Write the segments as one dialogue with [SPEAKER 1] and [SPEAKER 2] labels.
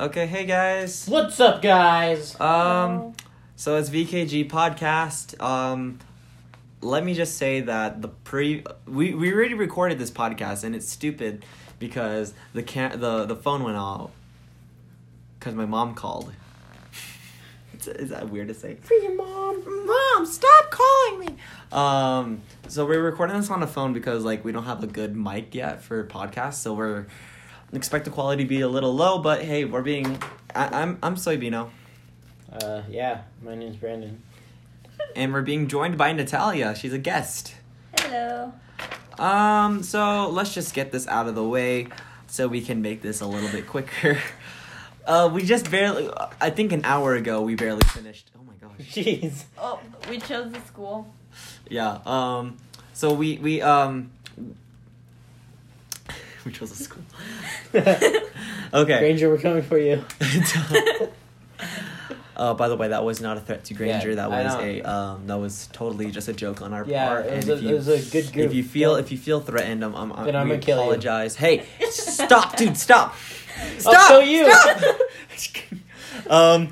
[SPEAKER 1] Okay, hey guys.
[SPEAKER 2] What's up, guys?
[SPEAKER 1] Um, so it's VKG podcast. Um, let me just say that the pre we we already recorded this podcast and it's stupid because the can the the phone went out because my mom called. Is- Is that weird to say?
[SPEAKER 2] For your mom.
[SPEAKER 1] Mom, stop calling me. Um, so we're recording this on the phone because like we don't have a good mic yet for podcasts, so we're expect the quality to be a little low. But hey, we're being I, I'm I'm Soybino,
[SPEAKER 2] Uh, yeah, my name's Brandon.
[SPEAKER 1] and we're being joined by Natalia. She's a guest.
[SPEAKER 3] Hello.
[SPEAKER 1] Um, so let's just get this out of the way, so we can make this a little bit quicker. Uh, we just barely. I think an hour ago we barely finished. Oh my gosh.
[SPEAKER 2] Jeez.
[SPEAKER 3] Oh, we chose the school.
[SPEAKER 1] Yeah. Um. So we we um. Which was a school. Okay.
[SPEAKER 2] Granger, we're coming for you.
[SPEAKER 1] uh, by the way, that was not a threat to Granger.
[SPEAKER 2] Yeah,
[SPEAKER 1] that
[SPEAKER 2] I
[SPEAKER 1] was
[SPEAKER 2] know.
[SPEAKER 1] a um. That was totally just a joke on our
[SPEAKER 2] Yeah,
[SPEAKER 1] part.
[SPEAKER 2] it was
[SPEAKER 1] and
[SPEAKER 2] a-
[SPEAKER 1] if you,
[SPEAKER 2] it was a good
[SPEAKER 1] If
[SPEAKER 2] goof.
[SPEAKER 1] you feel
[SPEAKER 2] Yeah.
[SPEAKER 1] if you feel threatened, I'm I'm, I'm,
[SPEAKER 2] Then I'm
[SPEAKER 1] we
[SPEAKER 2] gonna kill you.
[SPEAKER 1] apologize. Hey, stop, dude, stop, stop,
[SPEAKER 2] kill you.
[SPEAKER 1] stop! um,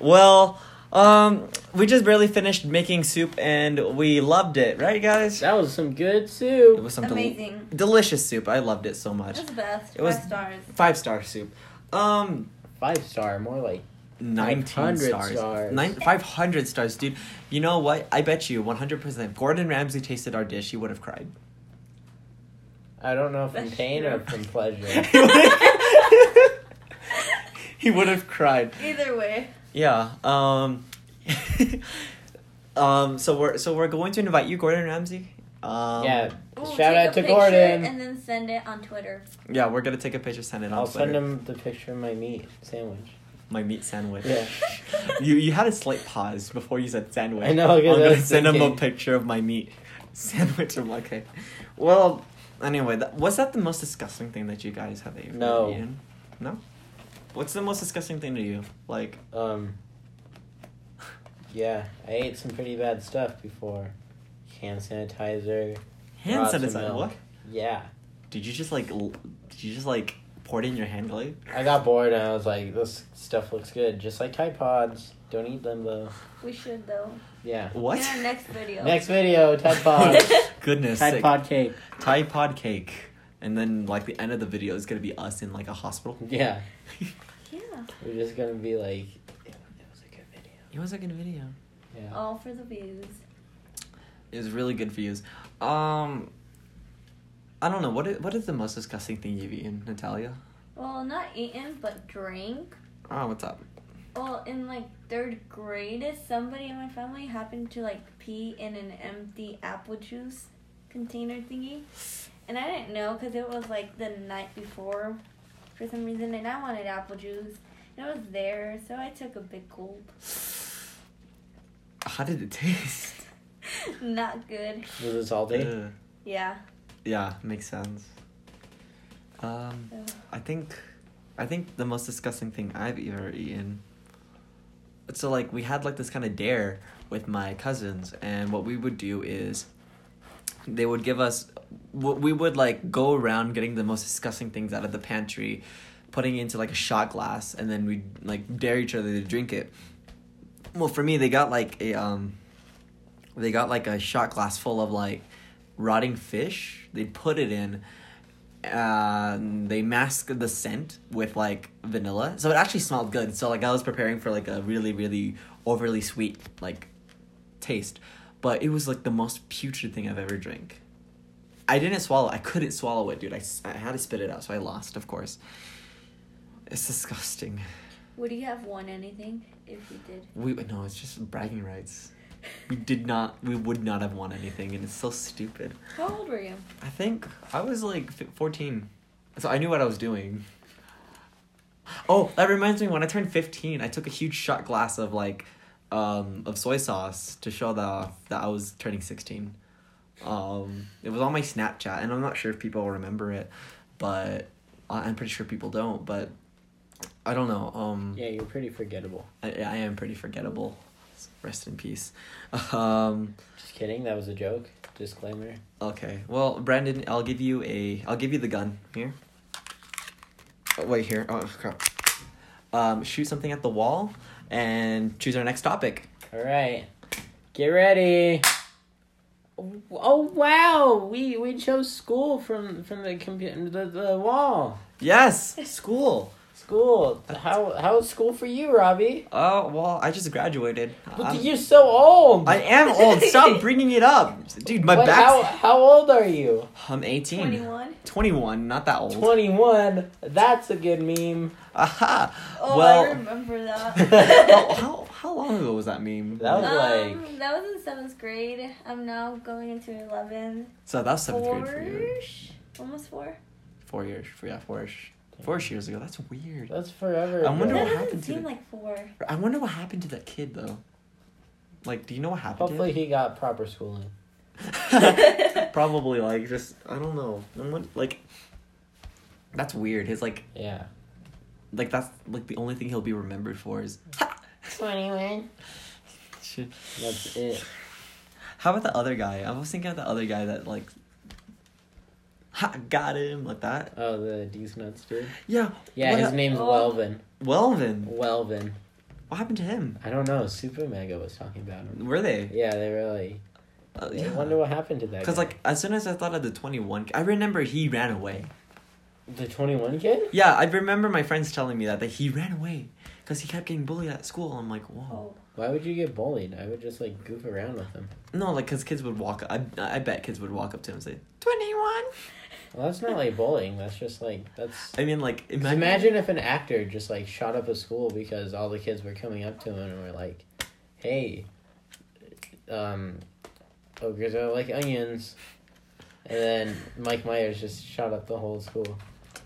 [SPEAKER 1] well, um, we just barely finished making soup and we loved it, right, guys?
[SPEAKER 2] That was some good soup.
[SPEAKER 1] It was something
[SPEAKER 3] Amazing.
[SPEAKER 1] delicious soup. I loved it so
[SPEAKER 3] It
[SPEAKER 1] much.
[SPEAKER 3] was the best.
[SPEAKER 1] It was-
[SPEAKER 3] Five stars.
[SPEAKER 1] Five star soup. Um,
[SPEAKER 2] Five star, more like.
[SPEAKER 1] nineteen
[SPEAKER 2] 500
[SPEAKER 1] stars.
[SPEAKER 2] stars.
[SPEAKER 1] Nine, Five hundred stars, dude. You know what? I bet you one hundred percent. Gordon Ramsay tasted our dish. He would have cried.
[SPEAKER 2] I don't know from
[SPEAKER 3] That's
[SPEAKER 2] pain or from pleasure.
[SPEAKER 1] he would have cried.
[SPEAKER 3] Either way.
[SPEAKER 1] Yeah. Um. um. So we're so we're going to invite you, Gordon Ramsay. Um,
[SPEAKER 2] yeah.
[SPEAKER 3] Ooh,
[SPEAKER 2] Shout
[SPEAKER 3] take
[SPEAKER 2] out
[SPEAKER 3] a
[SPEAKER 2] to
[SPEAKER 3] picture
[SPEAKER 2] Gordon.
[SPEAKER 3] And then send it on Twitter.
[SPEAKER 1] Yeah, we're gonna take a picture, send it on
[SPEAKER 2] I'll
[SPEAKER 1] Twitter.
[SPEAKER 2] send him the picture of my meat sandwich.
[SPEAKER 1] my meat sandwich.
[SPEAKER 2] Yeah.
[SPEAKER 1] You you had a slight pause before you said sandwich.
[SPEAKER 2] I know,
[SPEAKER 1] I'm
[SPEAKER 2] 'cause I
[SPEAKER 1] gonna
[SPEAKER 2] was
[SPEAKER 1] send him a
[SPEAKER 2] thinking.
[SPEAKER 1] picture of my meat sandwich. I'm like, okay. Well, anyway, that, was that the most disgusting thing that you guys have ever
[SPEAKER 2] No.
[SPEAKER 1] eaten? No. What's the most disgusting thing to you? Like,
[SPEAKER 2] Um. Yeah, I ate some pretty bad stuff before. Hand sanitizer.
[SPEAKER 1] hand
[SPEAKER 2] Lots of
[SPEAKER 1] sanitizer.
[SPEAKER 2] milk.
[SPEAKER 1] What?
[SPEAKER 2] Yeah.
[SPEAKER 1] Did you just like? L- did you just like pour it in your hand glue?
[SPEAKER 2] I got bored and I was like, this stuff looks good. Just like Tide Pods. Don't eat them though.
[SPEAKER 3] We should though.
[SPEAKER 2] Yeah.
[SPEAKER 1] What?
[SPEAKER 3] Yeah, next video.
[SPEAKER 2] Next video, Tide Pods.
[SPEAKER 1] Goodness.
[SPEAKER 2] Tide
[SPEAKER 1] sake.
[SPEAKER 2] Pod cake.
[SPEAKER 1] Tide Pod cake. And then like the end of the video is gonna be us in like a hospital.
[SPEAKER 2] Yeah.
[SPEAKER 3] Yeah.
[SPEAKER 2] We're just gonna be like, "Yeah, that was a good video.
[SPEAKER 1] It was a good video.
[SPEAKER 2] Yeah.
[SPEAKER 3] All for the views.
[SPEAKER 1] It was really good views. Um, I don't know what is, what is the most disgusting thing you've eaten, Natalia?
[SPEAKER 3] Well, not eaten, but drank.
[SPEAKER 1] Oh, what's up?
[SPEAKER 3] Well, in like third grade, somebody in my family happened to like pee in an empty apple juice container thingy, and I didn't know because it was like the night before, for some reason, and I wanted apple juice, and it was there, so I took a big gulp.
[SPEAKER 1] How did it taste?
[SPEAKER 3] Not good.
[SPEAKER 2] Was it salty?
[SPEAKER 1] Ugh.
[SPEAKER 3] Yeah.
[SPEAKER 1] yeah, makes sense. Um,
[SPEAKER 3] Ugh.
[SPEAKER 1] I think, I think the most disgusting thing I've ever eaten. So like we had like this kind of dare with my cousins, and what we would do is, they would give us, w- we would like go around getting the most disgusting things out of the pantry, putting it into like a shot glass, and then we would like dare each other to drink it. Well, for me, they got like a um, they got like a shot glass full of like rotting fish. They put it in. Uh, they masked the scent with like vanilla, so it actually smelled good. So like I was preparing for like a really really overly sweet like taste, but it was like the most putrid thing I've ever drank. I didn't swallow. I couldn't swallow it, dude. I, s- I had to spit it out, so I lost, of course. It's disgusting.
[SPEAKER 3] Would you have won anything if you did?
[SPEAKER 1] We no, it's just bragging rights. We did not. We would not have won anything, and it's so stupid.
[SPEAKER 3] How old were you?
[SPEAKER 1] I think I was like fi- fourteen, so I knew what I was doing. Oh, that reminds me. When I turned fifteen, I took a huge shot glass of like, um, of soy sauce to show that that I was turning sixteen. Um, it was on my Snapchat, and I'm not sure if people remember it, but I- I'm pretty sure people don't. But I don't know. Um,
[SPEAKER 2] Yeah, you're pretty forgettable.
[SPEAKER 1] I, I am pretty forgettable. Rest in peace. Um,
[SPEAKER 2] Just kidding. That was a joke. Disclaimer.
[SPEAKER 1] okay. Well, Brandon, I'll give you a. I'll give you the gun here. Oh, wait here. Oh crap. um, shoot something at the wall and choose our next topic.
[SPEAKER 2] All right, get ready. Oh wow, we we chose school from from the computer the, the wall.
[SPEAKER 1] Yes, school.
[SPEAKER 2] School. How how's school for you, Robbie?
[SPEAKER 1] Oh well, I just graduated.
[SPEAKER 2] Look,
[SPEAKER 1] I'm-
[SPEAKER 2] you're so old.
[SPEAKER 1] I am old. Stop bringing it up, dude. My
[SPEAKER 2] What- how
[SPEAKER 1] back.
[SPEAKER 2] how old are you?
[SPEAKER 1] I'm 18.
[SPEAKER 3] 21.
[SPEAKER 1] 21, not that old.
[SPEAKER 2] Twenty one. That's a good meme.
[SPEAKER 1] Aha.
[SPEAKER 3] Oh, I
[SPEAKER 1] well,
[SPEAKER 3] remember
[SPEAKER 1] how,
[SPEAKER 3] that.
[SPEAKER 1] how how long ago was that meme?
[SPEAKER 2] That was-
[SPEAKER 3] Um, that was in seventh grade. I'm now going into 11.
[SPEAKER 1] so that was seventh grade for you.
[SPEAKER 3] Four-ish? Almost four.
[SPEAKER 1] Four years, for yeah, four-ish, four-ish years ago. That's weird.
[SPEAKER 2] That's forever.
[SPEAKER 1] I wonder what
[SPEAKER 2] ago.
[SPEAKER 3] that doesn't
[SPEAKER 1] happened to
[SPEAKER 3] seem
[SPEAKER 1] the-
[SPEAKER 3] like four.
[SPEAKER 1] I wonder what happened to that kid though. Like, do you know what happened?
[SPEAKER 2] Hopefully
[SPEAKER 1] to
[SPEAKER 2] he got proper schooling.
[SPEAKER 1] him? Probably like just I don't know. And what- like, that's weird. His like
[SPEAKER 2] Yeah.
[SPEAKER 1] like that's like the only thing he'll be remembered for is.
[SPEAKER 2] Twenty one. That's it.
[SPEAKER 1] How about the other guy? I was thinking of the other guy that like ha, got him like that.
[SPEAKER 2] Oh, the D's nuts dude.
[SPEAKER 1] Yeah.
[SPEAKER 2] Yeah,
[SPEAKER 1] What
[SPEAKER 2] his
[SPEAKER 1] a-
[SPEAKER 2] name's
[SPEAKER 3] Oh.
[SPEAKER 2] Welvin.
[SPEAKER 1] Well then,
[SPEAKER 2] Welvin.
[SPEAKER 1] what happened to him?
[SPEAKER 2] I don't know. Super Mega was talking about him.
[SPEAKER 1] Were they?
[SPEAKER 2] Yeah, they really.
[SPEAKER 1] Uh,
[SPEAKER 2] I wonder what happened to that.
[SPEAKER 1] Cause
[SPEAKER 2] guy.
[SPEAKER 1] like as soon as I thought of the twenty one, I remember he ran away.
[SPEAKER 2] the twenty one kid.
[SPEAKER 1] Yeah, I remember my friends telling me that that he ran away, cause he kept getting bullied at school. I'm like, whoa.
[SPEAKER 3] Oh.
[SPEAKER 2] Why would you get bullied? I would just like goof around with him.
[SPEAKER 1] No, like cause kids would walk. Up, I I bet kids would walk up to him and say twenty one.
[SPEAKER 2] Well, that's not like bullying. That's just like that's.
[SPEAKER 1] I mean, like
[SPEAKER 2] Imagine,
[SPEAKER 1] imagine.
[SPEAKER 2] if an actor just like shot up a school because all the kids were coming up to him and were like, "Hey, um, ogres are like onions," and then Mike Myers just shot up the whole school.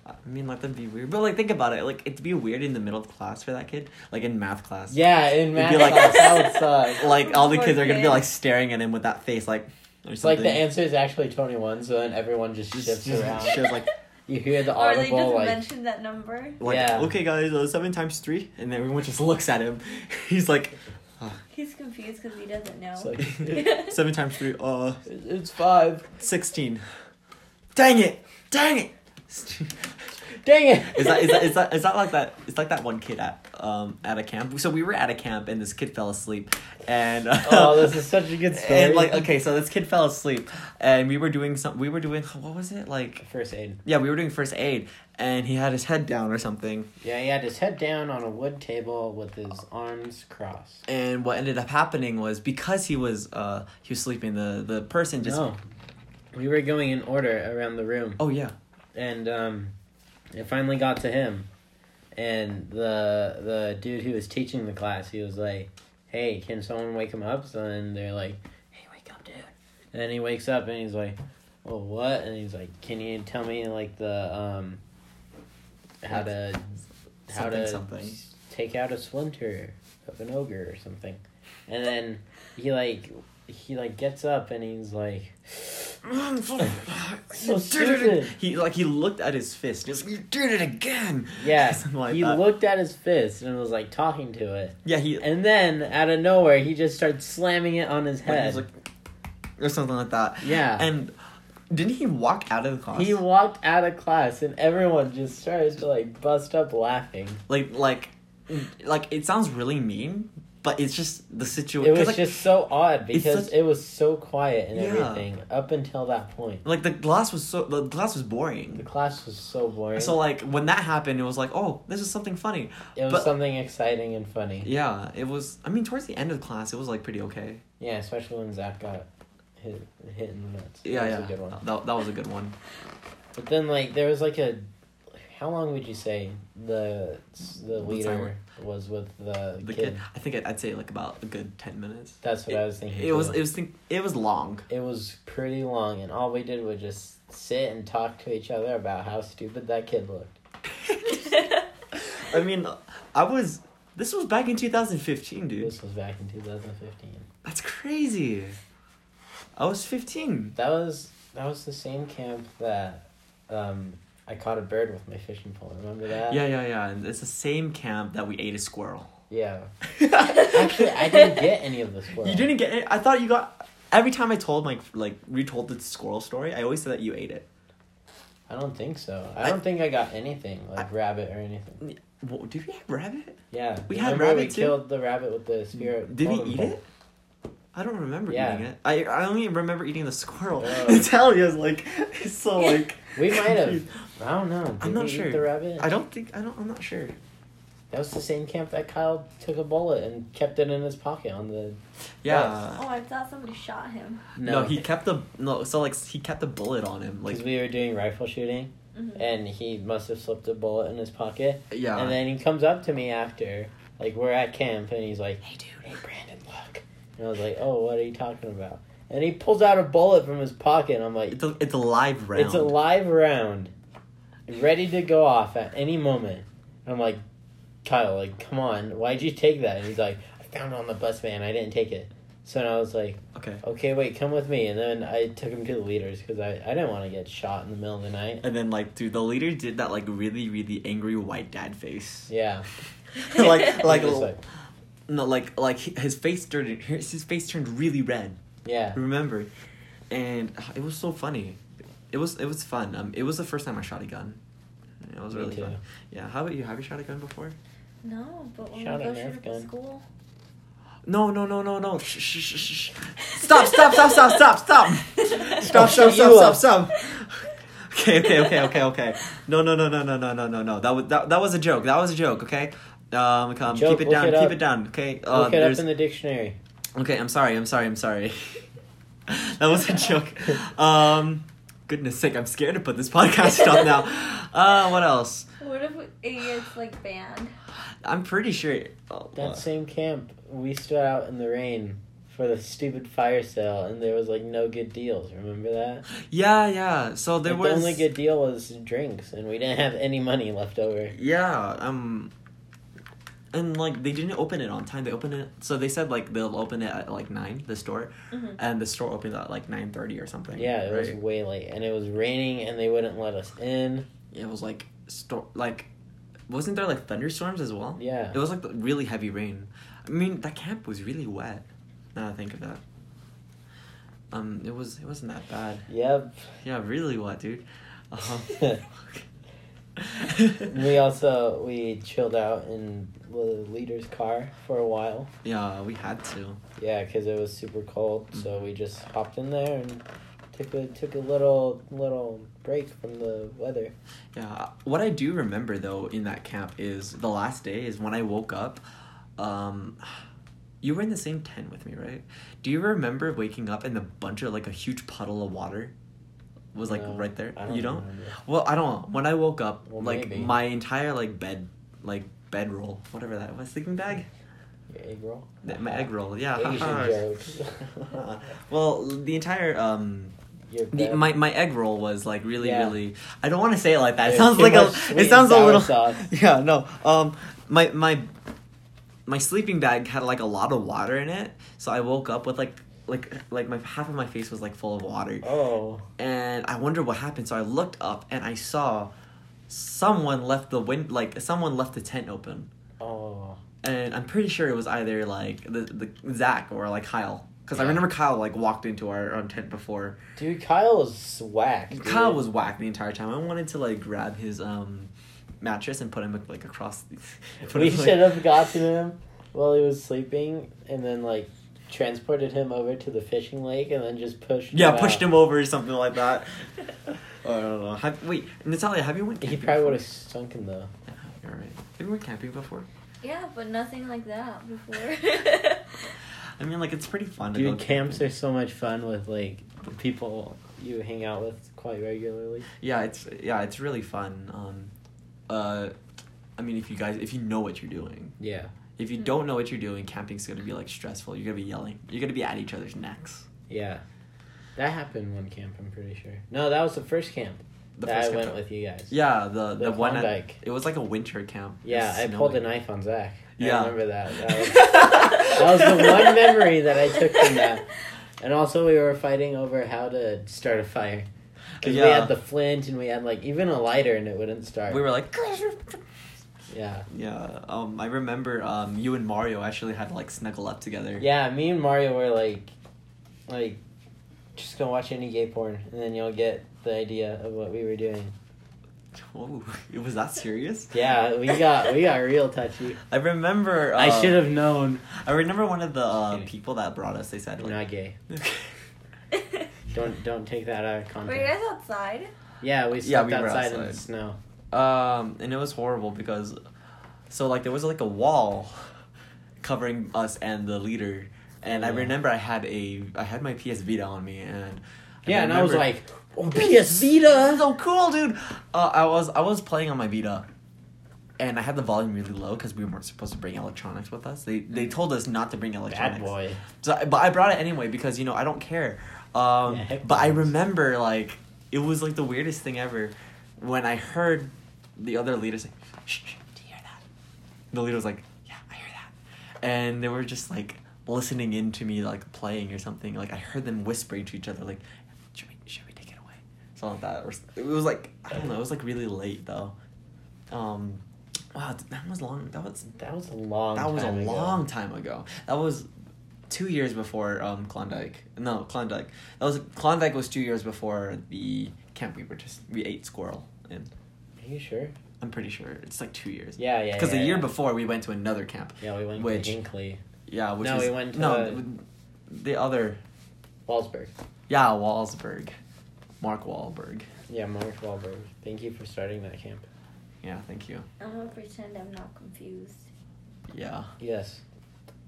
[SPEAKER 1] I mean, like that'd be weird. But like, think about it. Like, it'd be weird in the middle of class for that kid, like in math class.
[SPEAKER 2] Yeah, in
[SPEAKER 1] It'd
[SPEAKER 2] math
[SPEAKER 1] be like-
[SPEAKER 2] class, that would suck.
[SPEAKER 1] Like all the
[SPEAKER 3] Poor
[SPEAKER 1] kids are gonna be
[SPEAKER 3] kid.
[SPEAKER 1] like staring at him with that face, like. Or
[SPEAKER 2] It's like
[SPEAKER 1] something.
[SPEAKER 2] the answer is actually twenty one, so then everyone just shifts
[SPEAKER 1] Just, just
[SPEAKER 2] around.
[SPEAKER 1] shows like,
[SPEAKER 2] You hear the
[SPEAKER 3] Or they
[SPEAKER 2] audible
[SPEAKER 3] just
[SPEAKER 2] like,
[SPEAKER 3] mentioned that number.
[SPEAKER 1] like
[SPEAKER 2] Yeah.
[SPEAKER 1] okay, guys, uh, seven times three, and everyone just looks at him. He's like, "Ah."
[SPEAKER 3] He's confused because he doesn't know.
[SPEAKER 2] it's like
[SPEAKER 1] seven times three, uh,
[SPEAKER 2] it's five.
[SPEAKER 1] sixteen. Dang it! Dang it!
[SPEAKER 2] Dang it!
[SPEAKER 1] Is that, is that is that is that like that? It's like that one kid at um at a camp. So we were at a camp and this kid fell asleep, and
[SPEAKER 2] oh, this is such a good story.
[SPEAKER 1] and like okay, so this kid fell asleep, and we were doing some. We were doing what was it like?
[SPEAKER 2] first aid.
[SPEAKER 1] Yeah, we were doing first aid, and he had his head down or something.
[SPEAKER 2] Yeah, he had his head down on a wood table with his arms crossed.
[SPEAKER 1] And what ended up happening was because he was uh he was sleeping, the the person just
[SPEAKER 2] no. We were going in order around the room,
[SPEAKER 1] oh yeah
[SPEAKER 2] and um, it finally got to him, and the the dude who was teaching the class, he was like, "Hey, can someone wake him up?" So then they're like, "Hey, wake up, dude!" And then he wakes up, and he's like, "Oh, what?" And he's like, "Can you tell me like the um, how to how
[SPEAKER 1] something
[SPEAKER 2] to
[SPEAKER 1] something.
[SPEAKER 2] take out a splinter of an ogre or something. And then he like he like gets up and he's like So
[SPEAKER 1] You did it ag-
[SPEAKER 2] stupid.
[SPEAKER 1] He like he looked at his fist. He was like, "You did it again."
[SPEAKER 2] yeah.
[SPEAKER 1] Something like
[SPEAKER 2] he
[SPEAKER 1] that.
[SPEAKER 2] looked at his fist and was like talking to it.
[SPEAKER 1] Yeah, he
[SPEAKER 2] And then out of nowhere he just starts slamming it on his
[SPEAKER 1] like, he
[SPEAKER 2] head.
[SPEAKER 1] was like or something like that.
[SPEAKER 2] yeah.
[SPEAKER 1] And didn't he walk out of the class?
[SPEAKER 2] he walked out of class and everyone just started to like bust up laughing.
[SPEAKER 1] like like like it sounds really mean, but it's just the
[SPEAKER 2] It
[SPEAKER 1] situation.
[SPEAKER 2] was
[SPEAKER 1] like,
[SPEAKER 2] just so odd
[SPEAKER 1] it's
[SPEAKER 2] because
[SPEAKER 1] such-
[SPEAKER 2] it was so quiet and
[SPEAKER 1] Yeah.
[SPEAKER 2] everything up until that point.
[SPEAKER 1] like the glass was so the glass was
[SPEAKER 2] The
[SPEAKER 1] boring.
[SPEAKER 2] class was so boring.
[SPEAKER 1] So like when that happened, it was like oh this is something funny.
[SPEAKER 2] it was
[SPEAKER 1] but-
[SPEAKER 2] something exciting and funny.
[SPEAKER 1] Yeah, it was. I mean towards the end of class, it was like pretty okay.
[SPEAKER 2] Yeah, especially when Zach got hit, hit in the nuts.
[SPEAKER 1] Yeah,
[SPEAKER 2] that was
[SPEAKER 1] yeah.
[SPEAKER 2] a good one.
[SPEAKER 1] That that was a good one.
[SPEAKER 2] But then, like, there was like a, how long would you say the the leader was with the,
[SPEAKER 1] The
[SPEAKER 2] kid?
[SPEAKER 1] kid, I think I'd, I'd say like about a good ten minutes.
[SPEAKER 2] That's what I was thinking.
[SPEAKER 1] It was
[SPEAKER 2] too.
[SPEAKER 1] it was think, it was long.
[SPEAKER 2] It was pretty long, and all we did was just sit and talk to each other about how stupid that kid looked.
[SPEAKER 1] Uh, I mean, I was. This was back in 2015, dude.
[SPEAKER 2] This was back in 2015.
[SPEAKER 1] That's crazy. I was 15.
[SPEAKER 2] That was that was the same camp that, um, I caught a bird with my fishing pole. Remember that?
[SPEAKER 1] Yeah, yeah, yeah. And it's the same camp that we ate a squirrel.
[SPEAKER 2] Yeah. Actually,
[SPEAKER 1] Actually,
[SPEAKER 2] I didn't get any of this.
[SPEAKER 1] You didn't get it. I thought you got. Every time I told like like retold the squirrel story, I always said that you ate it.
[SPEAKER 2] I don't think so.
[SPEAKER 1] I-
[SPEAKER 2] I don't think I got anything like rabbit or anything.
[SPEAKER 1] Whoa, did we have rabbit?
[SPEAKER 2] Yeah.
[SPEAKER 1] We had
[SPEAKER 2] Remember
[SPEAKER 1] rabbit
[SPEAKER 2] we
[SPEAKER 1] too?
[SPEAKER 2] killed the rabbit with the spear. at
[SPEAKER 1] Did we
[SPEAKER 2] Golden
[SPEAKER 1] eat
[SPEAKER 2] Bowl.
[SPEAKER 1] it? I don't remember
[SPEAKER 2] Yeah.
[SPEAKER 1] eating it. I I only remember eating the squirrel.
[SPEAKER 2] Oh.
[SPEAKER 1] Italia's like it's so like
[SPEAKER 2] We might have.
[SPEAKER 1] confused.
[SPEAKER 2] I don't know. Did
[SPEAKER 1] I'm not
[SPEAKER 2] we
[SPEAKER 1] sure.
[SPEAKER 2] Eat the rabbit.
[SPEAKER 1] I don't think I don't I'm not sure.
[SPEAKER 2] That was the same camp that Kyle took a bullet and kept it in his pocket on the.
[SPEAKER 1] Yeah.
[SPEAKER 3] Oh, I thought somebody shot him.
[SPEAKER 1] No, he kept the no. So like he kept the bullet on him.
[SPEAKER 2] Because
[SPEAKER 1] Like
[SPEAKER 2] we were doing rifle shooting,
[SPEAKER 3] Mhm.
[SPEAKER 2] and he must have slipped a bullet in his pocket.
[SPEAKER 1] yeah.
[SPEAKER 2] And then he comes up to me after, like we're at camp, and he's like,
[SPEAKER 1] hey dude.
[SPEAKER 2] "Hey, Brandon, look." And I was like, "Oh, what are you talking about?" And he pulls out a bullet from his pocket, and I'm like,
[SPEAKER 1] It's a it's a live round.
[SPEAKER 2] It's a live round, ready to go off at any moment. And I'm like, Kyle, like, come on, why'd you take that? And he's like, I found it on the bus van. I didn't take it. So then I was like,
[SPEAKER 1] okay.
[SPEAKER 2] okay, wait, come with me. And then I took him to the leaders because I, I didn't want to get shot in the middle of the night.
[SPEAKER 1] And then like dude, the leader did that like really really angry white dad face.
[SPEAKER 2] Yeah.
[SPEAKER 1] like like,
[SPEAKER 2] He was
[SPEAKER 1] like no like like his face turned his face turned really red.
[SPEAKER 2] yeah.
[SPEAKER 1] remember and uh, it was so funny it was it was fun um it was the first time i shot a gun it was
[SPEAKER 2] Me
[SPEAKER 1] really
[SPEAKER 2] too.
[SPEAKER 1] fun yeah how about you have you shot a gun before
[SPEAKER 3] No, but when
[SPEAKER 2] Shot
[SPEAKER 3] we
[SPEAKER 2] a
[SPEAKER 3] go
[SPEAKER 2] Nerf
[SPEAKER 3] shoot up
[SPEAKER 2] gun.
[SPEAKER 3] at school.
[SPEAKER 1] no no no no no shh, shh, shh, shh, shh. stop stop stop stop stop stop stop
[SPEAKER 2] I'll
[SPEAKER 1] stop
[SPEAKER 2] shut
[SPEAKER 1] stop
[SPEAKER 2] you
[SPEAKER 1] stop
[SPEAKER 2] up.
[SPEAKER 1] stop okay okay okay okay okay no no no no no no no no no that was that, that was a joke that was a joke okay um come
[SPEAKER 2] Joke,
[SPEAKER 1] keep it
[SPEAKER 2] look
[SPEAKER 1] down
[SPEAKER 2] it
[SPEAKER 1] keep
[SPEAKER 2] up.
[SPEAKER 1] it down okay uh,
[SPEAKER 2] Look it up
[SPEAKER 1] there's
[SPEAKER 2] in the dictionary.
[SPEAKER 1] Okay, I'm sorry. I'm sorry. I'm sorry. that was a joke. Um, goodness sake, I'm scared to put this podcast up now. Uh, what else?
[SPEAKER 3] What if it gets like banned?
[SPEAKER 1] I'm pretty sure. Oh,
[SPEAKER 2] That
[SPEAKER 1] what?
[SPEAKER 2] same camp, we stood out in the rain for the stupid fire sale, and there was like no good deals. Remember that?
[SPEAKER 1] yeah, yeah. So there
[SPEAKER 2] Like,
[SPEAKER 1] was
[SPEAKER 2] the only good deal was drinks, and we didn't have any money left over.
[SPEAKER 1] Yeah. Um. And like they didn't open it on time. They opened it. So they said like they'll open it at like nine. The store,
[SPEAKER 2] Mm-hmm.
[SPEAKER 3] Mhm.
[SPEAKER 1] and the store opened at like nine thirty or something.
[SPEAKER 2] Hmm. Yeah, it was
[SPEAKER 1] right?
[SPEAKER 2] way late, and it was raining, and they wouldn't let us in.
[SPEAKER 1] It was like store like, wasn't there like thunderstorms as well?
[SPEAKER 2] Yeah,
[SPEAKER 1] It was like the really heavy rain. I mean, that camp was really wet. Now that I think of that. Um, it was it wasn't that bad.
[SPEAKER 2] yep.
[SPEAKER 1] Yeah, really wet, dude. Um,
[SPEAKER 2] we also we chilled out in the leader's car for a while.
[SPEAKER 1] yeah, we had to.
[SPEAKER 2] Yeah, because it was super cold, so
[SPEAKER 1] Mm-hmm.
[SPEAKER 2] we just hopped in there and took a took a little little break from the weather.
[SPEAKER 1] Yeah, what I do remember though in that camp is the last day is when I woke up. Um, you were in the same tent with me, right? Do you remember waking up and the bunch of like a huge puddle of water was like
[SPEAKER 2] No,
[SPEAKER 1] right there?
[SPEAKER 2] Um, I don't
[SPEAKER 1] you don't?
[SPEAKER 2] remember.
[SPEAKER 1] Well, I don't know. When I woke up,
[SPEAKER 2] Well,
[SPEAKER 1] like
[SPEAKER 2] maybe.
[SPEAKER 1] my entire like bed, like bedroll, whatever that was, sleeping bag,
[SPEAKER 2] Your egg roll.
[SPEAKER 1] Th- my egg roll, yeah.
[SPEAKER 2] Asian
[SPEAKER 1] haha.
[SPEAKER 2] joke.
[SPEAKER 1] well, the entire um,
[SPEAKER 2] Your
[SPEAKER 1] the,
[SPEAKER 2] bed.
[SPEAKER 1] my my egg roll was like really
[SPEAKER 2] Yeah.
[SPEAKER 1] really. I don't want to say it like that. It
[SPEAKER 2] There's
[SPEAKER 1] sounds
[SPEAKER 2] too
[SPEAKER 1] like
[SPEAKER 2] much
[SPEAKER 1] a.
[SPEAKER 2] sweet
[SPEAKER 1] It
[SPEAKER 2] and
[SPEAKER 1] sounds a
[SPEAKER 2] sour
[SPEAKER 1] little.
[SPEAKER 2] sauce.
[SPEAKER 1] Yeah. No. Um. My my. My sleeping bag had like a lot of water in it, so I woke up with like like like my half of my face was like full of water.
[SPEAKER 2] Oh.
[SPEAKER 1] and I wonder what happened. So I looked up and I saw someone left the wind like someone left the tent open,
[SPEAKER 2] Oh.
[SPEAKER 1] and I'm pretty sure it was either like the the Zach or like Kyle. Cause I
[SPEAKER 2] Yeah.
[SPEAKER 1] remember Kyle like walked into our, our tent before.
[SPEAKER 2] Dude, Kyle was whack. Dude.
[SPEAKER 1] Kyle was whacked the entire time. I wanted to like grab his um mattress and put him like across. The, put
[SPEAKER 2] We
[SPEAKER 1] him, like-
[SPEAKER 2] should have gotten him while he was sleeping, and then like transported him over to the fishing lake, and then just pushed.
[SPEAKER 1] Yeah,
[SPEAKER 2] him out.
[SPEAKER 1] pushed him over or something like that. Or I don't know. Have, wait, Natalia, have you went
[SPEAKER 2] He
[SPEAKER 1] camping?
[SPEAKER 2] probably would
[SPEAKER 1] before?
[SPEAKER 2] have sunk him though.
[SPEAKER 1] You're right. Have you went camping before?
[SPEAKER 3] Yeah, but nothing like that before.
[SPEAKER 1] I mean, like it's pretty fun. to go
[SPEAKER 2] Dude, camps
[SPEAKER 1] camping.
[SPEAKER 2] are so much fun with like the people you hang out with quite regularly.
[SPEAKER 1] yeah it's yeah it's really fun um uh i mean if you guys if you know what you're doing
[SPEAKER 2] Yeah.
[SPEAKER 1] if you don't know what you're doing camping's gonna be like stressful you're gonna be yelling you're gonna be at each other's necks
[SPEAKER 2] Yeah. That happened one camp, I'm pretty sure. No, that was the first camp
[SPEAKER 1] the
[SPEAKER 2] that I
[SPEAKER 1] camp-
[SPEAKER 2] went with you guys.
[SPEAKER 1] yeah the the,
[SPEAKER 2] The
[SPEAKER 1] one at-
[SPEAKER 2] Klondike.
[SPEAKER 1] it was like a winter camp It
[SPEAKER 2] Yeah,
[SPEAKER 1] was
[SPEAKER 2] I pulled a
[SPEAKER 1] snowing.
[SPEAKER 2] knife on Zach.
[SPEAKER 1] Yeah.
[SPEAKER 2] I remember that. That was, that was the one memory that I took from that. And also, we were fighting over how to start a fire. Because we
[SPEAKER 1] Yeah.
[SPEAKER 2] had the flint and we had, like, even a lighter and it wouldn't start.
[SPEAKER 1] we were like
[SPEAKER 2] Yeah.
[SPEAKER 1] yeah um i remember um you and mario actually had to like snuggle up together
[SPEAKER 2] Yeah, me and Mario were like, like, just gonna watch any gay porn and then you'll get the idea of what we were doing.
[SPEAKER 1] Whoa, it was that serious?
[SPEAKER 2] Yeah, we got we got real touchy.
[SPEAKER 1] I remember. Uh,
[SPEAKER 2] I should have known.
[SPEAKER 1] I remember one of the uh,
[SPEAKER 2] kidding.
[SPEAKER 1] people that brought us. They said
[SPEAKER 2] I'm
[SPEAKER 1] like,
[SPEAKER 2] not gay.
[SPEAKER 3] Were
[SPEAKER 2] Don't don't take that out of
[SPEAKER 3] you
[SPEAKER 2] context.
[SPEAKER 3] guys outside?
[SPEAKER 2] Yeah, we
[SPEAKER 1] Yeah,
[SPEAKER 2] slept
[SPEAKER 1] we were
[SPEAKER 2] outside in the
[SPEAKER 1] outside.
[SPEAKER 2] snow.
[SPEAKER 1] um, and it was horrible because, so like there was like a wall, covering us and the leader, and I
[SPEAKER 2] Yeah.
[SPEAKER 1] remember I had a I had my PS Vita on me and.
[SPEAKER 2] Yeah, and I was
[SPEAKER 1] remember-
[SPEAKER 2] like,
[SPEAKER 1] Oh,
[SPEAKER 2] PS Vita.
[SPEAKER 1] so cool, dude. Uh, I was I was playing on my Vita, and I had the volume really low because we weren't supposed to bring electronics with us. They they told us not to bring electronics.
[SPEAKER 2] bad boy.
[SPEAKER 1] So, but I brought it anyway because you know I don't care. Um,
[SPEAKER 2] Yeah, heck
[SPEAKER 1] but I
[SPEAKER 2] no.
[SPEAKER 1] remember like it was like the weirdest thing ever when I heard the other leader say, "Shh, shh do you hear that?" The leader was like, "Yeah, I hear that," and they were just like listening in to me like playing or something. Like I heard them whispering to each other like, "Should we, should we take it away?" Something like that. Or s- it was like I don't know. It was like really late though. Um, wow, that was long. That was
[SPEAKER 2] That was a long.
[SPEAKER 1] that was a
[SPEAKER 2] time ago.
[SPEAKER 1] long time ago. That was two years before um, Klondike. No, Klondike. That was Klondike was two years before the camp we were just we ate squirrel in.
[SPEAKER 2] Are you sure?
[SPEAKER 1] I'm pretty sure it's like two years.
[SPEAKER 2] Yeah, yeah.
[SPEAKER 1] Because
[SPEAKER 2] yeah,
[SPEAKER 1] the year
[SPEAKER 2] yeah.
[SPEAKER 1] before we went to another camp.
[SPEAKER 2] Yeah, we went
[SPEAKER 1] Which-
[SPEAKER 2] to Hinkley,
[SPEAKER 1] Yeah, which
[SPEAKER 2] No,
[SPEAKER 1] was,
[SPEAKER 2] we went to
[SPEAKER 1] no
[SPEAKER 2] the-
[SPEAKER 1] th- the other
[SPEAKER 2] Walsburg.
[SPEAKER 1] yeah Wahlberg, Mark Wahlberg.
[SPEAKER 2] Yeah, Mark Wahlberg. Thank you for starting that camp.
[SPEAKER 1] Yeah, thank you.
[SPEAKER 3] I'm gonna pretend I'm not confused.
[SPEAKER 1] Yeah,
[SPEAKER 2] Yes.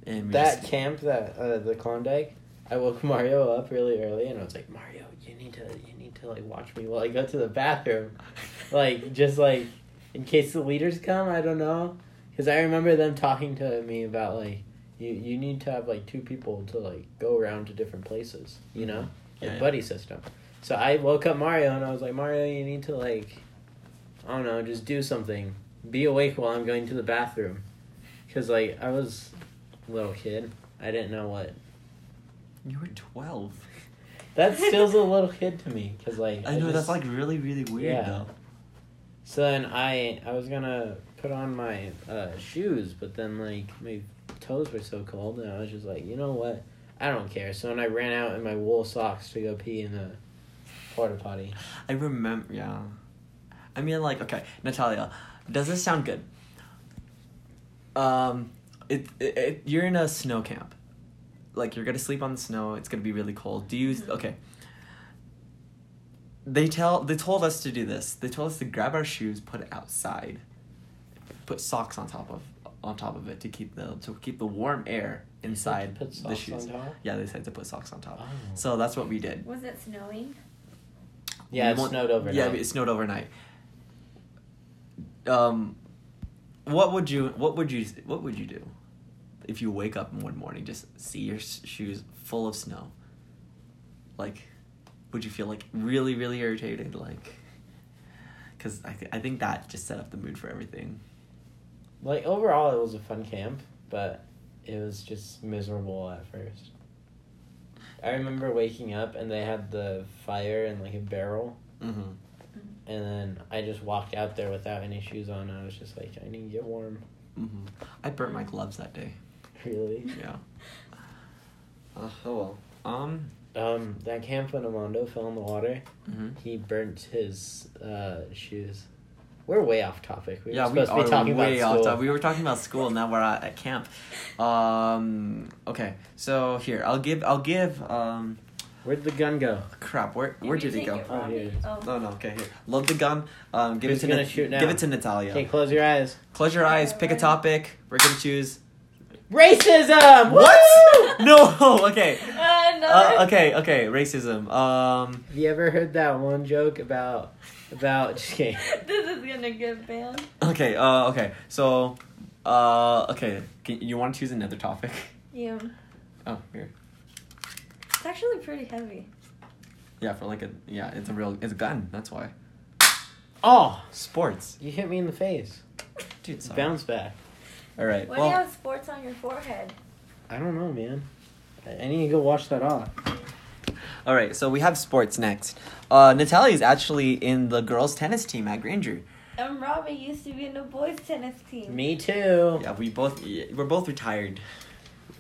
[SPEAKER 1] and we
[SPEAKER 2] That
[SPEAKER 1] just-
[SPEAKER 2] camp, that uh, the Klondike, I woke Mario up really early, and I was like, Mario, you need to, you need to like watch me while I go to the bathroom, like just like in case the leaders come. I don't know, because I remember them talking to me about like you, you need to have like two people to like go around to different places, you know,
[SPEAKER 1] Mm-hmm. Yeah,
[SPEAKER 2] like
[SPEAKER 1] yeah.
[SPEAKER 2] buddy system. So I woke up Mario and I was like, Mario, you need to like, I don't know, just do something, be awake while I'm going to the bathroom, because like I was a little kid, I didn't know what.
[SPEAKER 1] You were twelve.
[SPEAKER 2] That still's a little kid to me, because like
[SPEAKER 1] I know
[SPEAKER 2] just-
[SPEAKER 1] that's like really really weird
[SPEAKER 2] Yeah.
[SPEAKER 1] though.
[SPEAKER 2] So then I I was gonna put on my uh, shoes, but then like my toes were so cold, and I was just like, you know what, I don't care. So then I ran out in my wool socks to go pee in the porta potty.
[SPEAKER 1] I remember. Yeah. I mean, like, okay, Natalia, does this sound good? Um, it, it, it you're in a snow camp, like you're gonna sleep on the snow. It's gonna be really cold. Do you?
[SPEAKER 2] Mm-hmm.
[SPEAKER 1] Okay. They tell they told us to do this. They told us to grab our shoes, put it outside, put socks on top of on top of it to keep the to keep the warm air inside
[SPEAKER 2] Put
[SPEAKER 1] the
[SPEAKER 2] socks
[SPEAKER 1] shoes.
[SPEAKER 2] on top?
[SPEAKER 1] Yeah, they said to put socks on top.
[SPEAKER 2] Oh.
[SPEAKER 1] So that's what we did.
[SPEAKER 3] Was it snowing?
[SPEAKER 2] Yeah,
[SPEAKER 1] We
[SPEAKER 2] it
[SPEAKER 1] won't-
[SPEAKER 2] snowed overnight.
[SPEAKER 1] Yeah, it snowed overnight. Um, what would you? What would you? What would you do if you wake up in one morning just see your s- shoes full of snow? Like, would you feel like really, really irritated? Like, because I, th- I think that just set up the mood for everything.
[SPEAKER 2] Like overall, it was a fun camp, but it was just miserable at first. I remember waking up and they had the fire and like a barrel
[SPEAKER 1] Mm-hmm.
[SPEAKER 2] And then I just walked out there without any shoes on. I was just like, I need to get warm.
[SPEAKER 1] Mm-hmm. I burnt my gloves that day.
[SPEAKER 2] Really?
[SPEAKER 1] Yeah. Uh, oh well. Um.
[SPEAKER 2] Um, that camp when Amando fell in the water,
[SPEAKER 1] mhm.
[SPEAKER 2] he burnt his uh, shoes. We're way off topic. We
[SPEAKER 1] yeah,
[SPEAKER 2] were
[SPEAKER 1] we
[SPEAKER 2] supposed to
[SPEAKER 1] are
[SPEAKER 2] be talking
[SPEAKER 1] way
[SPEAKER 2] about
[SPEAKER 1] off
[SPEAKER 2] school.
[SPEAKER 1] topic. We were talking about school. Now we're at, at camp. Um, okay, so here I'll give I'll give um
[SPEAKER 2] Where'd the gun go?
[SPEAKER 1] crap. Where where did it
[SPEAKER 3] take
[SPEAKER 1] go?
[SPEAKER 3] It,
[SPEAKER 2] Oh,
[SPEAKER 3] Robbie?
[SPEAKER 2] here.
[SPEAKER 3] oh,
[SPEAKER 1] No, no. Okay, here. Load the gun. Um, give
[SPEAKER 2] Who's
[SPEAKER 1] it to
[SPEAKER 2] gonna
[SPEAKER 1] Nat-
[SPEAKER 2] shoot now?
[SPEAKER 1] Give it to Natalia.
[SPEAKER 2] Okay, close your eyes.
[SPEAKER 1] Close your eyes. Pick a topic. We're gonna choose.
[SPEAKER 2] Racism!
[SPEAKER 1] What?
[SPEAKER 2] Woo!
[SPEAKER 1] no. Okay.
[SPEAKER 3] Uh, no.
[SPEAKER 1] Uh, okay. Okay. Racism. Um.
[SPEAKER 2] Have you ever heard that one joke about about? Just kidding.
[SPEAKER 3] this is gonna get banned.
[SPEAKER 1] Okay. Uh. Okay. So. Uh. Okay. Can, you want to choose another topic?
[SPEAKER 3] Yeah.
[SPEAKER 1] Oh, here.
[SPEAKER 3] It's actually pretty heavy.
[SPEAKER 1] Yeah. For like a. Yeah. It's a real. It's a gun. That's why.
[SPEAKER 2] Oh,
[SPEAKER 1] Sports.
[SPEAKER 2] you hit me in the face.
[SPEAKER 1] Dude, sorry.
[SPEAKER 2] Bounce back.
[SPEAKER 1] All right.
[SPEAKER 3] Why
[SPEAKER 1] well,
[SPEAKER 3] do you have sports on your forehead?
[SPEAKER 2] I don't know, man. I I need to go wash that off.
[SPEAKER 1] all right. So we have sports next. Uh, Natalia is actually in the girls' tennis team at Granger.
[SPEAKER 3] And Robbie used to be in the boys' tennis team.
[SPEAKER 2] Me too.
[SPEAKER 1] Yeah, we both yeah, we're both retired.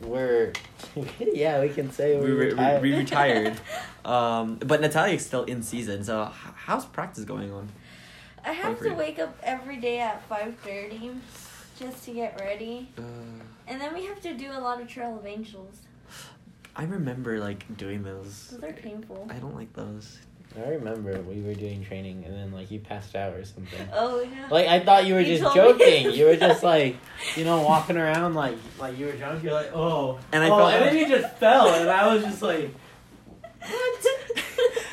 [SPEAKER 2] We're yeah, we can say
[SPEAKER 1] We
[SPEAKER 2] we're
[SPEAKER 1] re-
[SPEAKER 2] retired.
[SPEAKER 1] we retired. Um, but Natalia's still in season. So h- how's practice going on?
[SPEAKER 3] I have
[SPEAKER 1] Every-
[SPEAKER 3] to wake up every day at five thirty, just to get ready,
[SPEAKER 1] Uh,
[SPEAKER 3] and then we have to do a lot of Trail of Angels.
[SPEAKER 1] I remember like doing those.
[SPEAKER 3] Those are painful.
[SPEAKER 1] I don't like those.
[SPEAKER 2] I remember we were doing training and then like you passed out or something.
[SPEAKER 3] Oh yeah.
[SPEAKER 2] Like I thought you were
[SPEAKER 3] You
[SPEAKER 2] just
[SPEAKER 3] told me.
[SPEAKER 2] joking. You were just like, you know, walking around like like you were drunk. You're like, oh,
[SPEAKER 1] And I
[SPEAKER 2] oh,
[SPEAKER 1] felt-
[SPEAKER 2] and then you just fell, and I was just like,
[SPEAKER 3] what?
[SPEAKER 2] is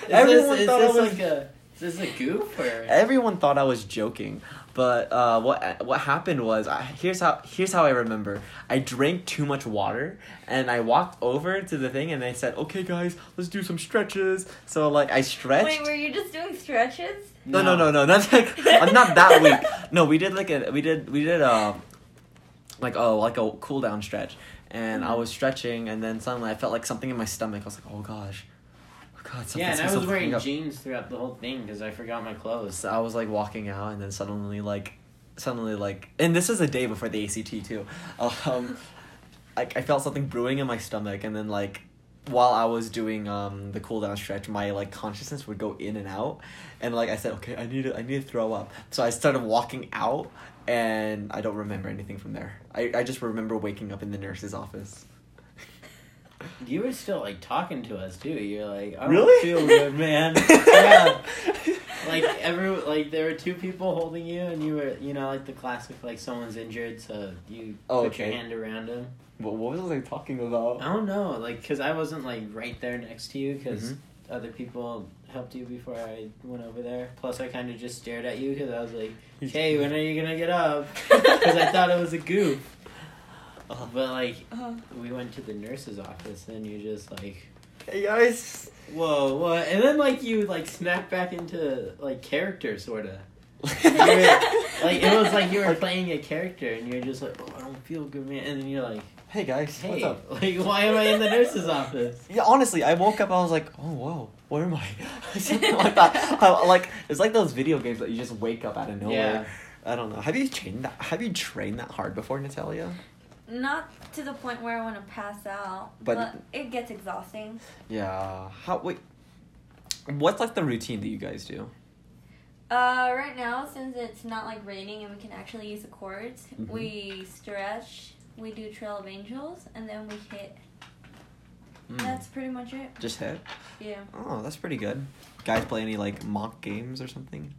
[SPEAKER 1] Everyone
[SPEAKER 2] this, is
[SPEAKER 1] thought I
[SPEAKER 2] this
[SPEAKER 1] was- Eh,
[SPEAKER 2] like a is this a goof or?
[SPEAKER 1] Everyone thought I was joking, but uh, what what happened was I, here's how here's how I remember. I drank too much water, and I walked over to the thing, and I said, "Okay, guys, let's do some stretches." So like I stretched.
[SPEAKER 3] Wait, were you just doing stretches?
[SPEAKER 1] no, no, no, no, not like I'm not that weak. No, we did like a we did we did um like oh like a cool down stretch, and
[SPEAKER 3] Mm-hmm.
[SPEAKER 1] I was stretching, and then suddenly I felt like something in my stomach. I was like, "Oh gosh, oh god!"
[SPEAKER 2] Yeah,
[SPEAKER 1] something's-
[SPEAKER 2] and I was
[SPEAKER 1] something's coming
[SPEAKER 2] wearing
[SPEAKER 1] up."
[SPEAKER 2] jeans throughout the whole thing because I forgot my clothes.
[SPEAKER 1] So I was like walking out, and then suddenly like, suddenly like, and this is a day before the ACT too. Um, I I felt something brewing in my stomach, and then like, while I was doing um the cool down stretch, my like consciousness would go in and out, and like I said, okay, I need to I need to throw up. So I started walking out, and I don't remember anything from there. I I just remember waking up in the nurse's office.
[SPEAKER 2] You were still like talking to us too. You're like, "Oh, I don't
[SPEAKER 1] Really?
[SPEAKER 2] feel good, man. yeah. Like every like there were two people holding you, and you were you know like the classic like someone's injured, so you
[SPEAKER 1] Oh,
[SPEAKER 2] put your
[SPEAKER 1] okay.
[SPEAKER 2] hand around him.
[SPEAKER 1] What what was I talking about?
[SPEAKER 2] I don't know, like because I wasn't like right there next to you because
[SPEAKER 1] Mhm.
[SPEAKER 2] other people helped you before I went over there. Plus, I kind of just stared at you because I was like,
[SPEAKER 1] He's-
[SPEAKER 2] "Hey, when are you gonna get up?" Because I thought it was a goof.
[SPEAKER 1] Oh.
[SPEAKER 2] But like
[SPEAKER 3] Uh,
[SPEAKER 2] we went to the nurse's office, and you just like.
[SPEAKER 1] Hey guys.
[SPEAKER 2] Whoa, what? And then like you like snap back into like character sorta. Like it was like you were playing a character and you're just like, oh, I don't feel good, man. And then you're like,
[SPEAKER 1] hey guys,
[SPEAKER 2] hey,
[SPEAKER 1] what's up?
[SPEAKER 2] like why am I in the nurse's office?
[SPEAKER 1] Yeah, honestly, I woke up. I was like, "Oh, whoa, where am I?" Something like that. I, like it's like those video games that you just wake up out of nowhere. I don't know. Have you trained that? Have you trained that hard before, Natalia?
[SPEAKER 3] not to the point where I want to pass out,
[SPEAKER 1] But-
[SPEAKER 3] but, it gets exhausting.
[SPEAKER 1] Yeah. How? Wait. What's like the routine that you guys do?
[SPEAKER 3] Uh, right now, since it's not like raining and we can actually use the cords,
[SPEAKER 1] Mhm.
[SPEAKER 3] we stretch, we do Trail of Angels, and then we hit.
[SPEAKER 1] Mm,
[SPEAKER 2] Hmm.
[SPEAKER 3] That's pretty much it.
[SPEAKER 1] Just hit.
[SPEAKER 3] Yeah,
[SPEAKER 1] Oh, that's pretty good. Guys play any like mock games or something?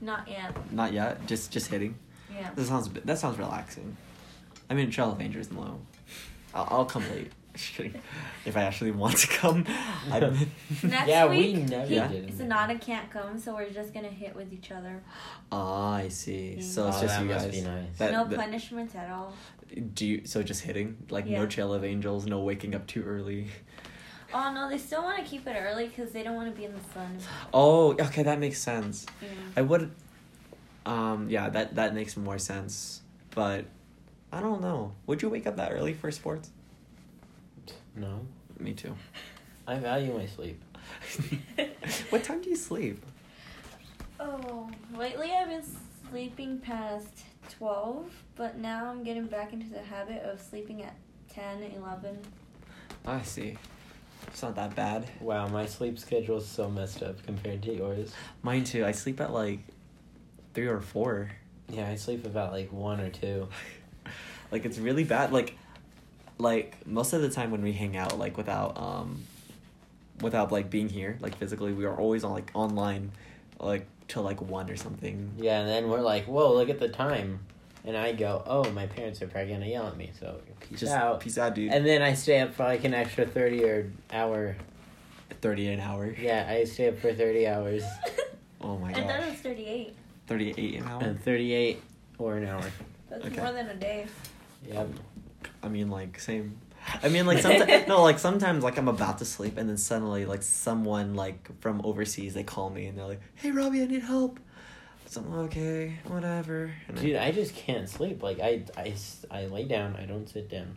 [SPEAKER 3] not yet.
[SPEAKER 1] Not yet. Just just hitting.
[SPEAKER 3] Yeah.
[SPEAKER 1] That sounds that sounds relaxing. I mean, Trail of Angels and low. I'll, I'll come late. Just kidding. If I actually want to come, I'm.
[SPEAKER 3] Next
[SPEAKER 2] Yeah, we
[SPEAKER 3] week,
[SPEAKER 2] never
[SPEAKER 3] he,
[SPEAKER 1] Yeah.
[SPEAKER 2] did.
[SPEAKER 3] Sonata can't come, so we're just gonna hit with each other.
[SPEAKER 1] Ah, I see. So
[SPEAKER 3] Oh,
[SPEAKER 1] it's just
[SPEAKER 2] that
[SPEAKER 1] you
[SPEAKER 2] must
[SPEAKER 1] guys.
[SPEAKER 2] be nice.
[SPEAKER 1] That-
[SPEAKER 3] no
[SPEAKER 1] that-
[SPEAKER 3] punishments at all.
[SPEAKER 1] Do you so just hitting like no
[SPEAKER 3] Yeah.
[SPEAKER 1] trail of angels, no waking up too early.
[SPEAKER 3] Oh no, they still want to keep it early because they don't want to be in the sun.
[SPEAKER 1] Oh, okay, that makes sense.
[SPEAKER 3] you know.
[SPEAKER 1] I would. Um. Yeah. That that makes more sense. But I don't know. Would you wake up that early for sports?
[SPEAKER 2] No.
[SPEAKER 1] Me too.
[SPEAKER 2] I value my sleep.
[SPEAKER 1] what time do you sleep?
[SPEAKER 3] Oh, lately I've been sleeping past 12, but now I'm getting back into the habit of sleeping at 10, 11.
[SPEAKER 1] Ah, I see. It's not that bad.
[SPEAKER 2] Wow, my sleep schedule's so messed up compared to yours.
[SPEAKER 1] Mine too. I sleep at like three or four.
[SPEAKER 2] Yeah, I sleep about like one or two.
[SPEAKER 1] like it's really bad like like most of the time when we hang out like without um without like being here like physically we are always on like online like till like one or something
[SPEAKER 2] Yeah, and then we're like, whoa, look at the time. And I go, oh, my parents are probably gonna yell at me, so peace
[SPEAKER 1] just
[SPEAKER 2] out.
[SPEAKER 1] peace out dude
[SPEAKER 2] And then I stay up for like an extra 30 or hour.
[SPEAKER 1] 30 an hour
[SPEAKER 2] Yeah, I stay up for 30 hours.
[SPEAKER 1] oh my
[SPEAKER 3] I thought it
[SPEAKER 1] gosh
[SPEAKER 3] was 38.
[SPEAKER 1] 38 an hour
[SPEAKER 2] And 38 or an hour.
[SPEAKER 3] That's
[SPEAKER 1] Okay.
[SPEAKER 3] more than a day.
[SPEAKER 2] Yep.
[SPEAKER 1] i mean like same i mean like sometimes no like sometimes like i'm about to sleep and then suddenly like someone like from overseas they call me and they're like hey robbie i need help so i'm okay whatever and I-
[SPEAKER 2] Dude, I just can't sleep. Like, I, I, s- I lay down, I don't sit down.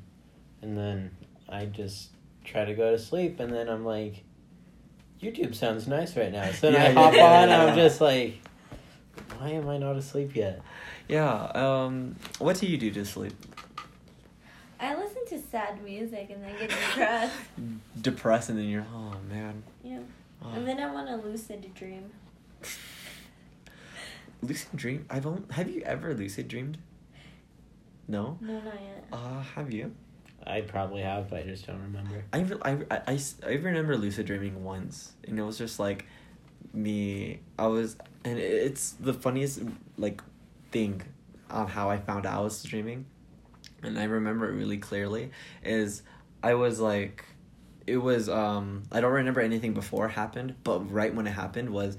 [SPEAKER 2] And then I just try to go to sleep, and then I'm like, YouTube sounds nice right now. So then
[SPEAKER 1] Yeah,
[SPEAKER 2] I
[SPEAKER 1] yeah,
[SPEAKER 2] hop
[SPEAKER 1] yeah, yeah,
[SPEAKER 2] on, and I'm
[SPEAKER 1] yeah.
[SPEAKER 2] just like, why am I not asleep yet?
[SPEAKER 1] Yeah. Um. What do you do to sleep?
[SPEAKER 3] I listen to sad music and then get depressed.
[SPEAKER 1] Hmm. Depressed, and then you're, oh man.
[SPEAKER 3] Yeah.
[SPEAKER 1] Oh.
[SPEAKER 3] And then I want a lucid dream.
[SPEAKER 1] lucid dream. I've only, have you ever lucid dreamed? No.
[SPEAKER 3] No, not yet.
[SPEAKER 1] Uh, have you?
[SPEAKER 2] I probably have, but I just don't remember.
[SPEAKER 1] I, re- I, I- I s- I remember lucid dreaming once, and it was just like me. I was, and it- it's the funniest like thing on how I found out I was dreaming, and I remember it really clearly. Is I was like, it was um I don't remember anything before it happened, but right when it happened was.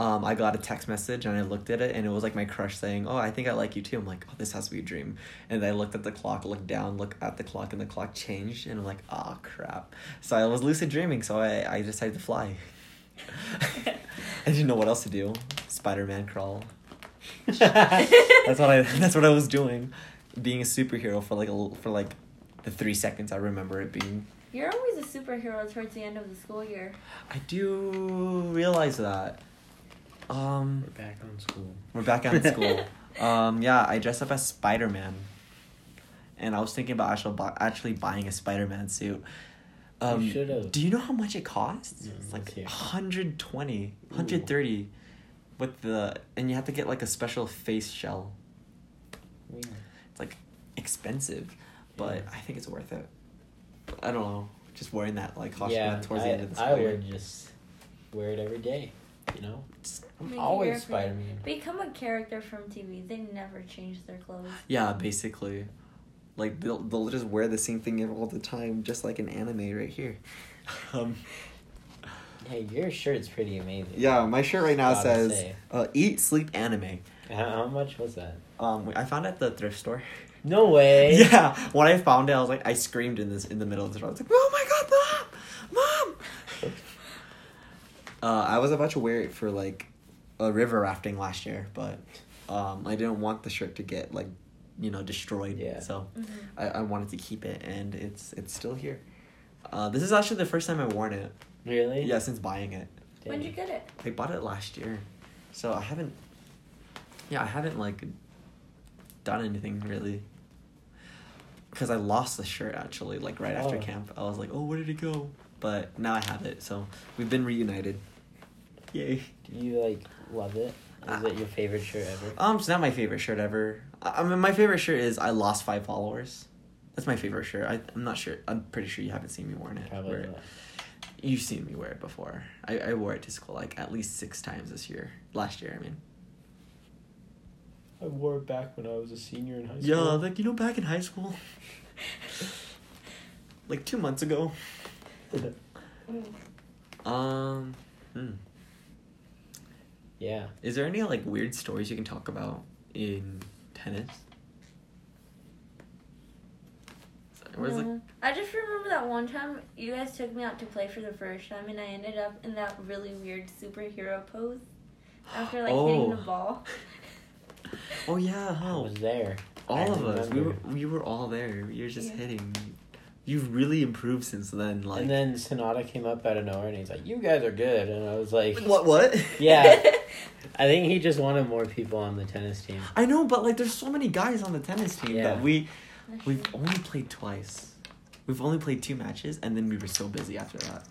[SPEAKER 1] Um, I got a text message and I looked at it and it was like my crush saying, "Oh, I think I like you too." I'm like, "Oh, this has to be a dream." And I looked at the clock, looked down, looked at the clock, and the clock changed, and I'm like, "Ah, crap!" So I was lucid dreaming, so I I decided to fly. I didn't know what else to do. Spider Man crawl. That's what I. That's what I was doing, being a superhero for like a, l- for like, the three seconds I remember it being.
[SPEAKER 3] You're always a superhero towards the end of the school year.
[SPEAKER 1] I do realize that. Um,
[SPEAKER 2] We're back on school.
[SPEAKER 1] We're back out of school. um, yeah, I dressed up as Spider Man, and I was thinking about actually bu- actually buying a Spider Man suit. Um,
[SPEAKER 2] You should've.
[SPEAKER 1] Do you know how much it costs?
[SPEAKER 2] Mm,
[SPEAKER 1] it's
[SPEAKER 2] let's
[SPEAKER 1] like
[SPEAKER 2] hear.
[SPEAKER 1] 120, 130 with the and you have to get like a special face shell.
[SPEAKER 2] We-
[SPEAKER 1] It's like expensive, but
[SPEAKER 2] Yeah.
[SPEAKER 1] I think it's worth it. I don't know. Just wearing that like costume
[SPEAKER 2] yeah,
[SPEAKER 1] towards
[SPEAKER 2] I,
[SPEAKER 1] the end of the
[SPEAKER 2] I
[SPEAKER 1] school year.
[SPEAKER 2] would just wear it every day. You know,
[SPEAKER 1] Just-
[SPEAKER 3] Make
[SPEAKER 2] I'm
[SPEAKER 3] it
[SPEAKER 2] always
[SPEAKER 3] your-
[SPEAKER 2] Spider Man.
[SPEAKER 3] Become a character from TV. They never change their clothes.
[SPEAKER 1] Yeah, basically. Like they'll they'll just wear the same thing all the time, just like an anime right here. Um,
[SPEAKER 2] Hey, your shirt's pretty amazing.
[SPEAKER 1] yeah, my shirt right now
[SPEAKER 2] Gotta
[SPEAKER 1] says
[SPEAKER 2] say.
[SPEAKER 1] uh, "Eat, Sleep, Anime."
[SPEAKER 2] How, how much was that?
[SPEAKER 1] Um, I found it at the thrift store.
[SPEAKER 2] No way.
[SPEAKER 1] Yeah, when I found it, I was like, I screamed in this in the middle of the store. I was like, "Oh my god, mom, mom!" uh, I was about to wear it for like a river rafting last year, but um, I didn't want the shirt to get like, you know, destroyed.
[SPEAKER 2] Yeah.
[SPEAKER 1] So
[SPEAKER 3] Mhm.
[SPEAKER 1] I, I wanted to keep it, and it's it's still here. Uh, this is actually the first time I've worn it.
[SPEAKER 2] Really?
[SPEAKER 1] Yeah, since buying it,
[SPEAKER 2] Dang.
[SPEAKER 3] When'd you get it?
[SPEAKER 1] I bought it last year, so I haven't. Yeah, I haven't like done anything really. Cause I lost the shirt actually, like right after
[SPEAKER 2] Oh.
[SPEAKER 1] camp. I was like, "Oh, where did it go?" But now I have it, so we've been reunited. Yay!
[SPEAKER 2] Do you like love it? Is
[SPEAKER 1] Ah.
[SPEAKER 2] it your favorite shirt ever?
[SPEAKER 1] Um, it's not my favorite shirt ever. I, I mean, my favorite shirt is I lost five followers. That's my favorite shirt. I, I'm not sure. I'm pretty sure you haven't seen me wearing it. wear
[SPEAKER 2] Probably
[SPEAKER 1] it.
[SPEAKER 2] not.
[SPEAKER 1] You've seen me wear it before. I, I wore it to school like at least six times this year. Last year, I mean.
[SPEAKER 2] I wore it back when I was a senior in high
[SPEAKER 1] Yeah, like you know, back in high school, like two months ago.
[SPEAKER 3] Mm.
[SPEAKER 1] Um, hmm.
[SPEAKER 2] yeah.
[SPEAKER 1] is there any like weird stories you can talk about in tennis? Where's like
[SPEAKER 3] No. I just remember that one time you guys took me out to play for the first time, and I ended up in that really weird superhero pose after like hitting
[SPEAKER 1] oh
[SPEAKER 3] the ball.
[SPEAKER 1] oh yeah
[SPEAKER 2] I
[SPEAKER 1] how
[SPEAKER 2] was there. I
[SPEAKER 1] all of us we were
[SPEAKER 2] remember.
[SPEAKER 1] we were all there. you were just
[SPEAKER 3] Yeah.
[SPEAKER 1] hitting. You've really improved since then. Like
[SPEAKER 2] and then Sonata came up out of nowhere and he's like, "You guys are good," and I was like,
[SPEAKER 1] what what?
[SPEAKER 2] "Yeah." I think he just wanted more people on the tennis team.
[SPEAKER 1] I know, but like there's so many guys on the tennis team
[SPEAKER 2] Yeah.
[SPEAKER 1] that we We've only played twice. We've only played two matches, and then we were so busy after that.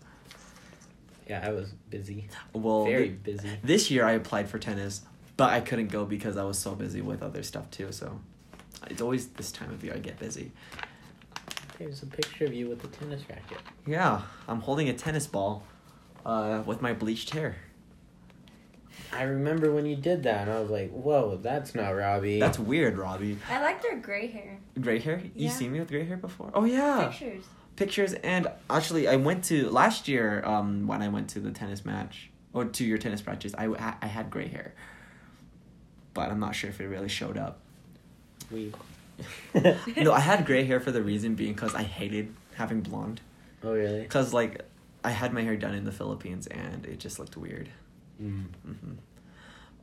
[SPEAKER 2] Yeah, I was busy,
[SPEAKER 1] Well,
[SPEAKER 2] very
[SPEAKER 1] th-
[SPEAKER 2] busy.
[SPEAKER 1] this year I applied for tennis, but I couldn't go because I was so busy with other stuff too. So it's always this time of year I get busy.
[SPEAKER 2] There's a picture of you with a tennis racket.
[SPEAKER 1] Yeah, I'm holding a tennis ball uh, with my bleached hair.
[SPEAKER 2] I remember when you did that, and I was like, "Whoa, that's not Robbie."
[SPEAKER 1] That's weird, Robbie.
[SPEAKER 3] I like their gray hair
[SPEAKER 1] Gray hair? You
[SPEAKER 3] Yeah.
[SPEAKER 1] seen me with gray hair before? Oh yeah.
[SPEAKER 3] pictures.
[SPEAKER 1] Pictures and actually I went to last year um when I went to the tennis match or to your tennis practice I I had gray hair. But I'm not sure if it really showed up.
[SPEAKER 2] we.
[SPEAKER 1] no, I had gray hair for the reason being because I hated having blonde.
[SPEAKER 2] Oh really?
[SPEAKER 1] Because, like, I had my hair done in the Philippines and it just looked weird.
[SPEAKER 2] Mm.
[SPEAKER 1] hmm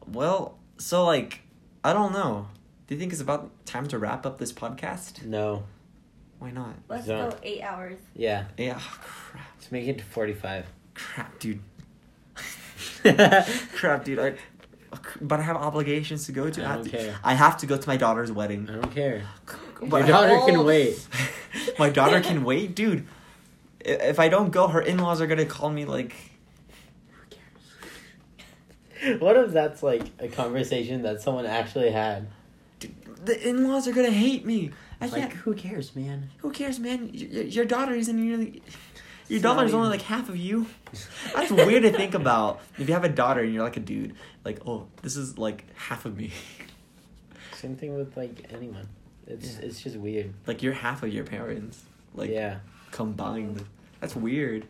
[SPEAKER 1] Well, so, like, I don't know. Do you think it's about time to wrap up this podcast?
[SPEAKER 2] No.
[SPEAKER 1] Why not?
[SPEAKER 3] Let's
[SPEAKER 2] Yeah.
[SPEAKER 3] go eight hours.
[SPEAKER 2] Yeah.
[SPEAKER 1] Yeah, oh, crap.
[SPEAKER 2] Let's make it to forty-five.
[SPEAKER 1] Crap, dude. crap, dude. I, but I have obligations to go to.
[SPEAKER 2] I
[SPEAKER 1] have
[SPEAKER 2] don't
[SPEAKER 1] to-
[SPEAKER 2] care.
[SPEAKER 1] I have to go to my daughter's wedding.
[SPEAKER 2] I don't care.
[SPEAKER 1] But
[SPEAKER 2] Your
[SPEAKER 1] I-
[SPEAKER 2] daughter
[SPEAKER 3] Oh.
[SPEAKER 2] can wait.
[SPEAKER 1] my daughter can wait, dude. I- If I don't go, her in laws are gonna call me like.
[SPEAKER 2] what if that's like a conversation that someone actually had?
[SPEAKER 1] Dude, the in laws are gonna hate me. I
[SPEAKER 2] like,
[SPEAKER 1] can't.
[SPEAKER 2] who cares, man?
[SPEAKER 1] Who cares, man? Your, your daughter isn't nearly. Your
[SPEAKER 2] It's not
[SPEAKER 1] daughter's only
[SPEAKER 2] even-
[SPEAKER 1] like half of you. That's weird to think about. If you have a daughter and you're like a dude, like, oh, this is like half of me.
[SPEAKER 2] Same thing with like anyone. It's
[SPEAKER 1] Yeah.
[SPEAKER 2] it's just weird.
[SPEAKER 1] Like, you're half of your parents. Like,
[SPEAKER 2] yeah.
[SPEAKER 1] combined. That's weird.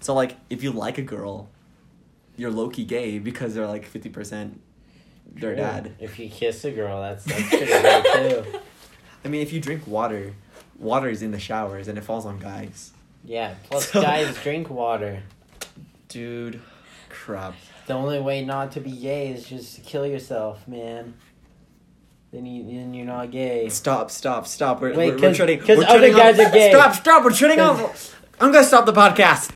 [SPEAKER 1] So, like, if you like a girl, you're low key gay because they're like 50% their
[SPEAKER 2] Sure.
[SPEAKER 1] dad.
[SPEAKER 2] If you kiss a girl, that's that's pretty gay too.
[SPEAKER 1] I mean, if you drink water, water is in the showers and it falls on guys.
[SPEAKER 2] Yeah. Plus,
[SPEAKER 1] So-
[SPEAKER 2] guys drink water.
[SPEAKER 1] Dude, crap.
[SPEAKER 2] The only way not to be gay is just to kill yourself, man. Then you then you're not gay.
[SPEAKER 1] Stop, stop, stop. We're,
[SPEAKER 2] Wait,
[SPEAKER 1] we're, we're
[SPEAKER 2] 'cause-
[SPEAKER 1] treading.
[SPEAKER 2] 'cause
[SPEAKER 1] we're
[SPEAKER 2] other
[SPEAKER 1] treading
[SPEAKER 2] guys
[SPEAKER 1] on-
[SPEAKER 2] are gay.
[SPEAKER 1] Stop, stop. We're treading
[SPEAKER 2] 'Cause-
[SPEAKER 1] on. I'm going to stop the podcast.